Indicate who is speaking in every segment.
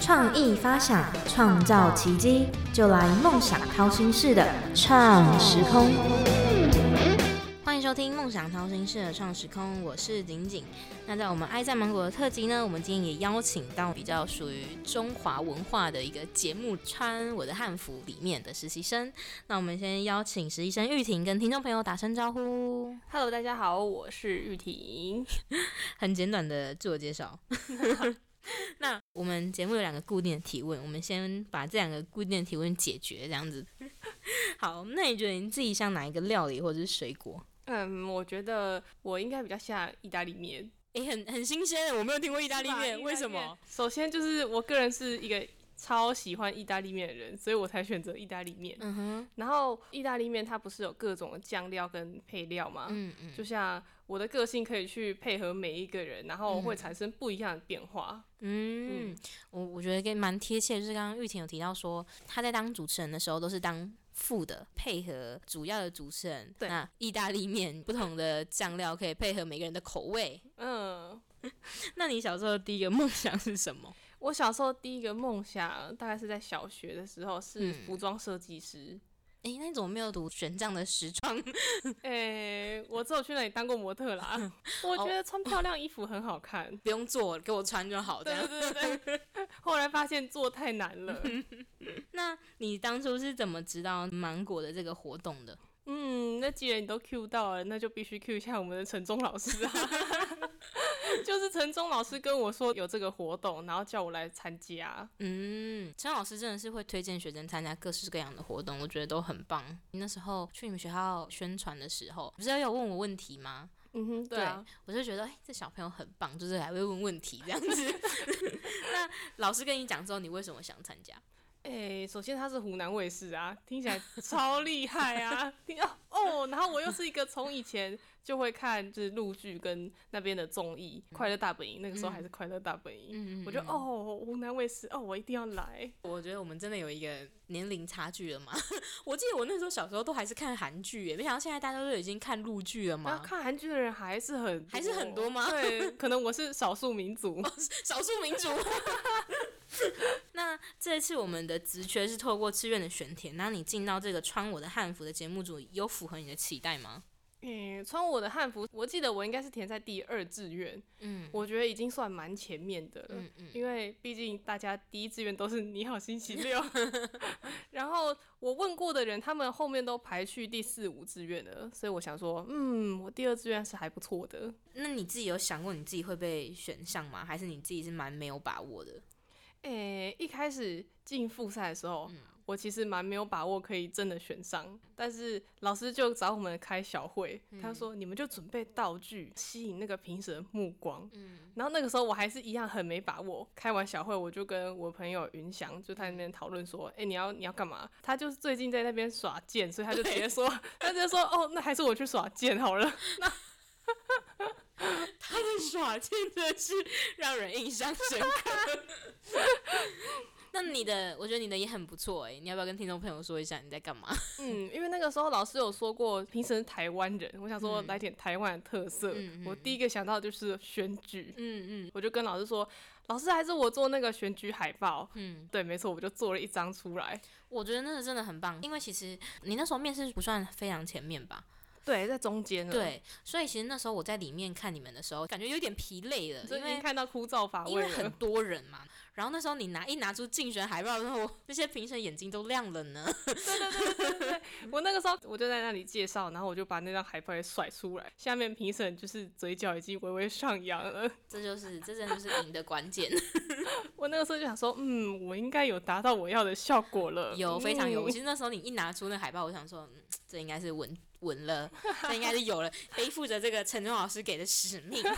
Speaker 1: 创意发想，创造奇迹，就来梦想掏心室的创时空。欢迎收听《梦想掏心室》的创时空，我是景景。那在我们《爱在芒果》的特辑呢，我们今天也邀请到比较属于中华文化的一个节目《穿我的汉服》里面的实习生。那我们先邀请实习生玉婷跟听众朋友打声招呼，
Speaker 2: Hello，大家好，我是玉婷。
Speaker 1: 很简短的自我介 绍。那我们节目有两个固定的提问，我们先把这两个固定的提问解决，这样子。 好，那你觉得你自己像哪一个料理或者是水果？
Speaker 2: 嗯，我觉得我应该比较像意大利面。
Speaker 1: 诶、很很新鲜，我没有听过意大利
Speaker 2: 是吧
Speaker 1: 面，为什么？？
Speaker 2: 首先就是我个人是一个超喜欢意大利面的人，所以我才选择意大利面。
Speaker 1: 嗯哼，
Speaker 2: 然后意大利面它不是有各种的酱料跟配料吗？
Speaker 1: 嗯嗯
Speaker 2: 就像我的个性可以去配合每一个人，然后会
Speaker 1: 嗯
Speaker 2: 产生不一样的变化。
Speaker 1: 嗯，我我觉得跟蛮贴切，就是刚刚玉婷有提到说，她在当主持人的时候都是当副的，配合主要的主持人。
Speaker 2: 对
Speaker 1: 那意大利面不同的酱料可以配合每个人的口味。
Speaker 2: 嗯，
Speaker 1: 那你小时候的第一个梦想是什么？
Speaker 2: 我小时候第一个梦想大概是在小学的时候是
Speaker 1: 嗯
Speaker 2: 服装设计师。
Speaker 1: 诶、那你怎么没有读玄奘的啊时装？
Speaker 2: 诶、我只有去那里当过模特啦。 我觉得穿漂亮衣服很好看。
Speaker 1: 不用做，给我穿就好。这
Speaker 2: 对
Speaker 1: 样。
Speaker 2: 对对对， 后来发现做太难了。
Speaker 1: 那你当初是怎么知道芒果的这个活动的？
Speaker 2: 嗯，那既然你都 Q 到了，那就必须 Q 一下我们的陈忠老师啊。 就是陈忠老师跟我说有这个活动，然后叫我来参加。
Speaker 1: 嗯，陈老师真的是会推荐学生参加各式各样的活动，我觉得都很棒。你那时候去你们学校宣传的时候，不是有问我问题吗？
Speaker 2: 嗯哼，对啊，
Speaker 1: 我就觉得，哎、这小朋友很棒，就是还会问问题这样子。 那老师跟你讲之后，你为什么想参加？
Speaker 2: 诶、哎首先他是湖南卫视啊，听起来超厉害啊！听哦哦，然后我又是一个从以前就会看就是陆剧跟那边的综艺《快乐大本营》，那个时候还是《快乐大本营》
Speaker 1: 嗯
Speaker 2: 我就，哦，湖南卫视哦，我一定要来。
Speaker 1: 我觉得我们真的有一个年龄差距了嘛。 我记得我那时候小时候都还是看韩剧耶，没想到现在大家都已经看陆剧了
Speaker 2: 然后
Speaker 1: 嘛。
Speaker 2: 看韩剧的人还是很
Speaker 1: 还是很多吗哦
Speaker 2: 对，可能我是少数民族。
Speaker 1: 少数民族。 那这次我们的职缺是透过志愿的选填，那你进到这个穿我的汉服的节目组，有符合你的期待吗？
Speaker 2: 嗯，穿我的汉服，我记得我应该是填在第二志愿，
Speaker 1: 嗯
Speaker 2: 我觉得已经算蛮前面的了。
Speaker 1: 嗯嗯
Speaker 2: 因为毕竟大家第一志愿都是你好星期六， 然后我问过的人，他们后面都排去第四五志愿了，所以我想说，嗯，我第二志愿是还不错的。
Speaker 1: 那你自己有想过你自己会被选上吗？还是你自己是蛮没有把握的？
Speaker 2: 诶，一开始进复赛的时候，我其实蛮没有把握可以真的选上，但是老师就找我们开小会，他说你们就准备道具吸引那个评审的目光。
Speaker 1: 嗯
Speaker 2: 然后那个时候我还是一样很没把握。开完小会，我就跟我朋友云翔就在那边讨论说：“哎、你要你要干嘛？”他就是最近在那边耍剑，所以他就直接说， 他直接说：“哦，那还是我去耍剑好了。
Speaker 1: 他的耍剑真的是让人印象深刻。那你的，我觉得你的也很不错哎、你要不要跟听众朋友说一下你在干嘛？”
Speaker 2: 嗯，因为那个时候老师有说过，评审是台湾人，我想说来点台湾的特色。
Speaker 1: 嗯嗯
Speaker 2: 我第一个想到就是选举，
Speaker 1: 嗯嗯
Speaker 2: 我就跟老师说：“老师，还是我做那个选举海报。”
Speaker 1: 嗯，
Speaker 2: 对，没错，我就做了一张出来。
Speaker 1: 我觉得那个真的很棒，因为其实你那时候面试不算非常前面吧，
Speaker 2: 对，在中间了，，
Speaker 1: 对，所以其实那时候我在里面看你们的时候，感觉有点疲累了，
Speaker 2: 就已
Speaker 1: 因
Speaker 2: 经
Speaker 1: 为
Speaker 2: 看到枯燥乏
Speaker 1: 因
Speaker 2: 味
Speaker 1: 为很
Speaker 2: 了。
Speaker 1: 多人嘛。然后那时候你拿一拿出竞选海报之后，那些评审眼睛都亮了呢。
Speaker 2: 我那个时候我就在那里介绍，然后我就把那张海报也甩出来，下面评审就是嘴角已经微微上扬了。
Speaker 1: 这就是这真的就是赢的关键，
Speaker 2: 我那个时候就想说，嗯，我应该有达到我要的效果了，
Speaker 1: 有非常有。
Speaker 2: 嗯
Speaker 1: 其实那时候你一拿出那海报，我想说，嗯、这应该是稳稳了，这应该是有了，背负着这个陈忠老师给的使命。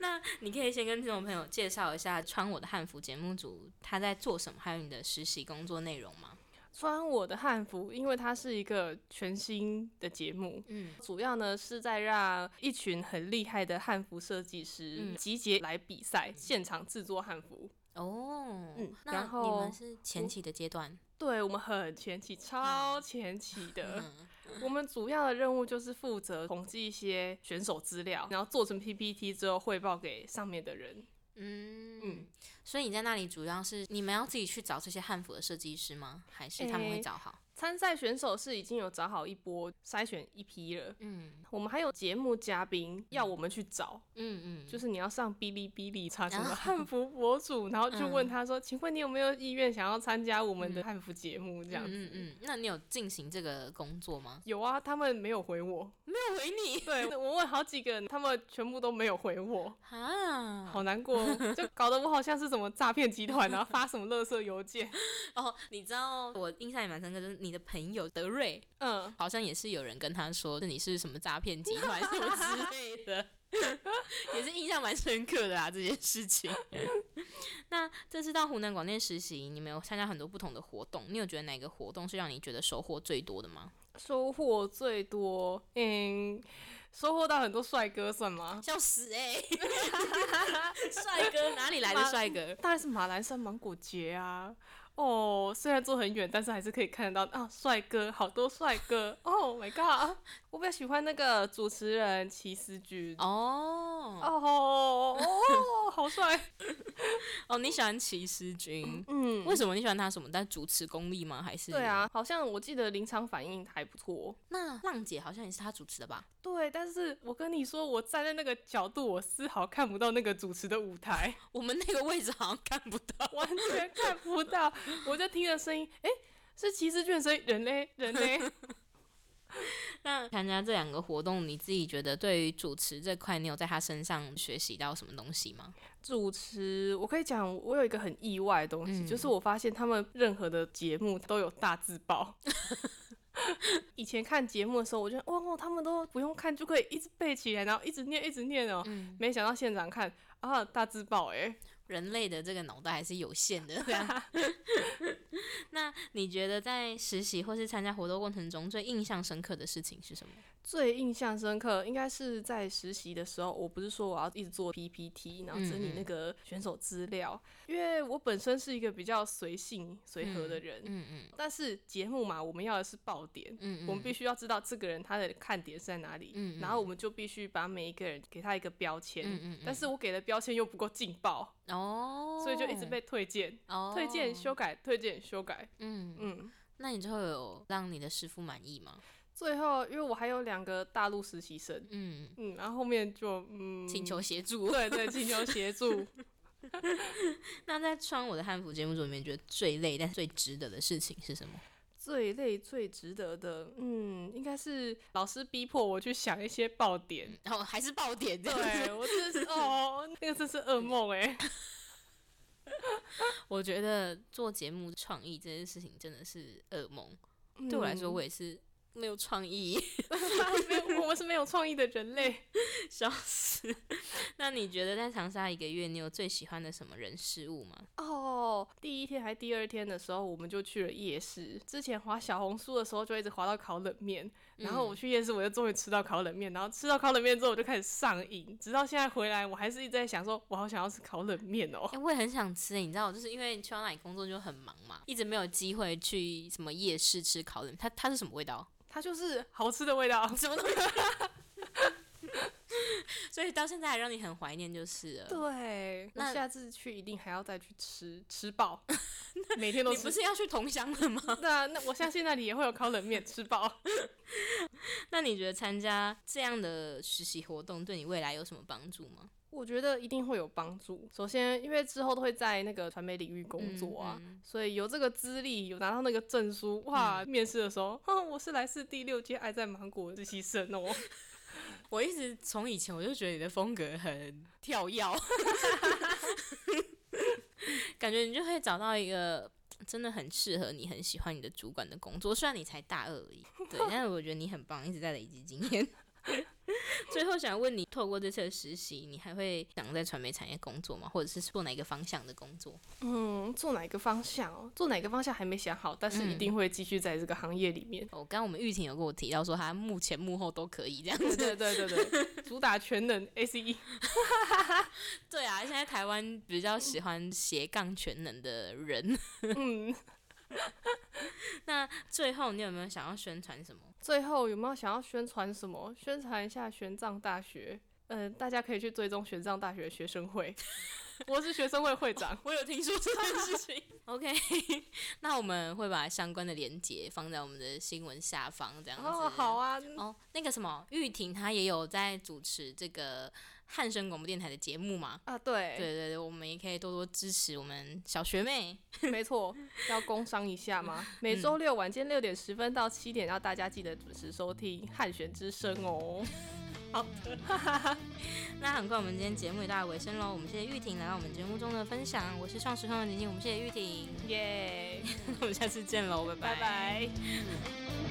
Speaker 1: 那你可以先跟听众朋友介绍一下《穿我的汉服》节目组他在做什么，还有你的实习工作内容吗？
Speaker 2: 穿我的汉服，因为它是一个全新的节目。
Speaker 1: 嗯
Speaker 2: 主要呢是在让一群很厉害的汉服设计师
Speaker 1: 嗯
Speaker 2: 集结来比赛，现场制作汉服。
Speaker 1: 哦，
Speaker 2: 嗯
Speaker 1: 那
Speaker 2: 然后
Speaker 1: 你们是前期的阶段，
Speaker 2: 对我们很前期，超前期的。
Speaker 1: 嗯
Speaker 2: 我们主要的任务就是负责统计一些选手资料，然后做成 PPT 之后汇报给上面的人。
Speaker 1: 嗯
Speaker 2: 嗯
Speaker 1: 所以你在那里主要是你们要自己去找这些汉服的设计师吗？还是他们会
Speaker 2: 诶
Speaker 1: 找好？
Speaker 2: 参赛选手是已经有找好一波筛选一批了，
Speaker 1: 嗯
Speaker 2: 我们还有节目嘉宾要我们去找，
Speaker 1: 嗯嗯，
Speaker 2: 就是是你要上哔哩哔哩查什
Speaker 1: 啊
Speaker 2: 么汉服博主，然后去问
Speaker 1: 嗯
Speaker 2: 他说：“请问你有没有意愿想要参加我们的汉服节目？”这样子。
Speaker 1: 嗯嗯嗯，那你有进行这个工作吗？
Speaker 2: 有啊，他们没有回我。
Speaker 1: 没有回你
Speaker 2: 对 我问好几个人，他们全部都没有回我，
Speaker 1: 啊！
Speaker 2: 好难过哦，就搞得我好像是什么诈骗集团， 然后发什么垃圾邮件。
Speaker 1: 哦，你知道我印象也蛮深刻，就是你的朋友德瑞，
Speaker 2: 嗯，
Speaker 1: 好像也是有人跟他说，你是什么诈骗集团什么之类的，也是印象蛮深刻的啊这件事情。 那这次到湖南广电实习，你们有参加很多不同的活动，你有觉得哪个活动是让你觉得收获最多的吗？
Speaker 2: 收获最多，嗯，收获到很多帅哥算吗？
Speaker 1: 笑死哎、 帅哥哪里来的帅哥？
Speaker 2: 当然是马栏山芒果节啊！哦，虽然坐很远，但是还是可以看得到啊，帅哥，好多帅哥 ！Oh my god！我比较喜欢那个主持人齐思钧。
Speaker 1: 哦
Speaker 2: 哦哦，好 帅！
Speaker 1: 哦，你喜欢齐思君？
Speaker 2: 嗯，
Speaker 1: 为什么你喜欢他什么？但主持功力吗？还是
Speaker 2: 对？啊，好像我记得临场反应还不错。
Speaker 1: 那浪姐好像也是他主持的吧？
Speaker 2: 对，但是我跟你说，我站在那个角度，我丝毫看不到那个主持的舞台，
Speaker 1: 我们那个位置好像看不到。
Speaker 2: 完全看不到。我就听着声音，诶，是骑士卷声音，人嘞，人嘞。
Speaker 1: 那参加这两个活动，你自己觉得对于主持这块，你有在他身上学习到什么东西吗？
Speaker 2: 主持，我可以讲，我有一个很意外的东西，
Speaker 1: 嗯
Speaker 2: 就是我发现他们任何的节目都有大字报。 以前看节目的时候，我觉得哇、哦，他们都不用看就可以一直背起来，然后一直念，一直念哦。
Speaker 1: 嗯，
Speaker 2: 没想到现场看啊，大字报哎、
Speaker 1: 人类的这个脑袋还是有限 的。这样
Speaker 2: 啊
Speaker 1: 那你觉得在实习或是参加活动过程中，最印象深刻的事情是什么？
Speaker 2: 最印象深刻应该是在实习的时候，我不是说我要一直做 PPT，然后整理
Speaker 1: 嗯嗯
Speaker 2: 那个选手资料，因为我本身是一个比较随性随和的人，
Speaker 1: 嗯嗯
Speaker 2: 但是节目嘛，我们要的是爆点，
Speaker 1: 嗯嗯，
Speaker 2: 我们必须要知道这个人他的看点是在哪里，
Speaker 1: 嗯嗯
Speaker 2: 然后我们就必须把每一个人给他一个标签，
Speaker 1: 嗯嗯嗯
Speaker 2: 但是我给的标签又不够劲爆，
Speaker 1: 哦，
Speaker 2: 所以就一直被推荐、
Speaker 1: 哦
Speaker 2: 推荐、修改、推荐、修改。
Speaker 1: 嗯嗯。
Speaker 2: 嗯，
Speaker 1: 那你最后有让你的师傅满意吗？
Speaker 2: 最后因为我还有两个大陆实习生，
Speaker 1: 嗯，
Speaker 2: 嗯，然后后面就嗯，
Speaker 1: 请求协助。
Speaker 2: 对对，请求协助。
Speaker 1: 那在穿我的汉服节目组里面，觉得最累但最值得的事情是什么？
Speaker 2: 最累、最值得的，嗯，应该是老师逼迫我去想一些爆点。
Speaker 1: 然后还是爆点这样子。
Speaker 2: 对我真 是哦，那个真是噩梦 哎、
Speaker 1: 我觉得做节目创意这件事情真的是噩梦，
Speaker 2: 嗯
Speaker 1: 对我来说我也是没有创意，
Speaker 2: 没有，我们是没有创意的人类。
Speaker 1: 笑死。那你觉得在长沙一个月，你有最喜欢的什么人事物 吗？
Speaker 2: 哦，第一天还第二天的时候，我们就去了夜市。之前滑小红书的时候，就一直滑到烤冷面，
Speaker 1: 嗯
Speaker 2: 然后我去夜市，我就终于吃到烤冷面，然后吃到烤冷面之后，我就开始上瘾，直到现在回来，我还是一直在想说，我好想要吃烤冷面哦
Speaker 1: 哎、。我也很想吃、你知道，就是因为去到那里工作就很忙嘛，一直没有机会去什么夜市吃烤冷。它它是什么味道？
Speaker 2: 它就是好吃的味道。
Speaker 1: 什么东西？ 所以到现在还让你很怀念就是了。
Speaker 2: 对，
Speaker 1: 那
Speaker 2: 那下次去一定还要再去吃，吃 爆，每天都
Speaker 1: 你
Speaker 2: 吃
Speaker 1: 不。是要去同乡了吗？
Speaker 2: 那啊那我相信那里也会有烤冷面，吃爆。
Speaker 1: 那你觉得参加这样的实习活动对你未来有什么帮助吗？
Speaker 2: 我觉得一定会有帮助。首先，因为之后都会在那个传媒领域工作啊，
Speaker 1: 嗯嗯
Speaker 2: 所以有这个资历，有拿到那个证书，哇！面试的时候，哼，我是来自第六届爱在芒果实习生 哦。
Speaker 1: 我一直从以前我就觉得你的风格很跳跃，感觉你就会找到一个真的很适合你、很喜欢你的主管的工作。虽然你才大二 而已，对，但是我觉得你很棒，一直在累积经验。 最后想问你，透过这次的实习，你还会想在传媒产业工作吗？或者是做哪一个方向的工作？
Speaker 2: 嗯，做哪个方向哦？做哪个方向还没想好，但是一定会继续在这个行业里 面。
Speaker 1: 哦，刚刚我们玉婷有跟我提到说，她幕前幕后都可以 这样子。
Speaker 2: 对对对对对，主打全能 E ACE。
Speaker 1: 对啊，现在台湾比较喜欢斜杠全能的人。
Speaker 2: 嗯，
Speaker 1: 那最后，你有没有想要宣传什么？
Speaker 2: 最后有没有想要宣传什么？宣传一下玄奘大学。呃，大家可以去追踪玄奘大学学生会， 我是学生会会长。
Speaker 1: 哦我有听说这件事情。OK，那我们会把相关的连接放在我们的新闻下方，这样子。
Speaker 2: 哦，好啊，
Speaker 1: 哦，那个什么，玉婷她也有在主持这个汉声广播电台的节目嘛？
Speaker 2: 啊，对，
Speaker 1: 对对对，我们也可以多多支持我们小学妹。
Speaker 2: 没错，要工商一 下吗？每
Speaker 1: 嗯
Speaker 2: 周六晚间六点十分到七点，要大家记得准时收听《汉选之声》 哦。
Speaker 1: 好的，那很快我们今天节目也到了尾声喽。我们谢谢玉婷来到我们节目中的分享，我是创时空的宁宁，我们谢谢玉婷，
Speaker 2: 耶，
Speaker 1: 我们下次见喽，拜
Speaker 2: 拜拜。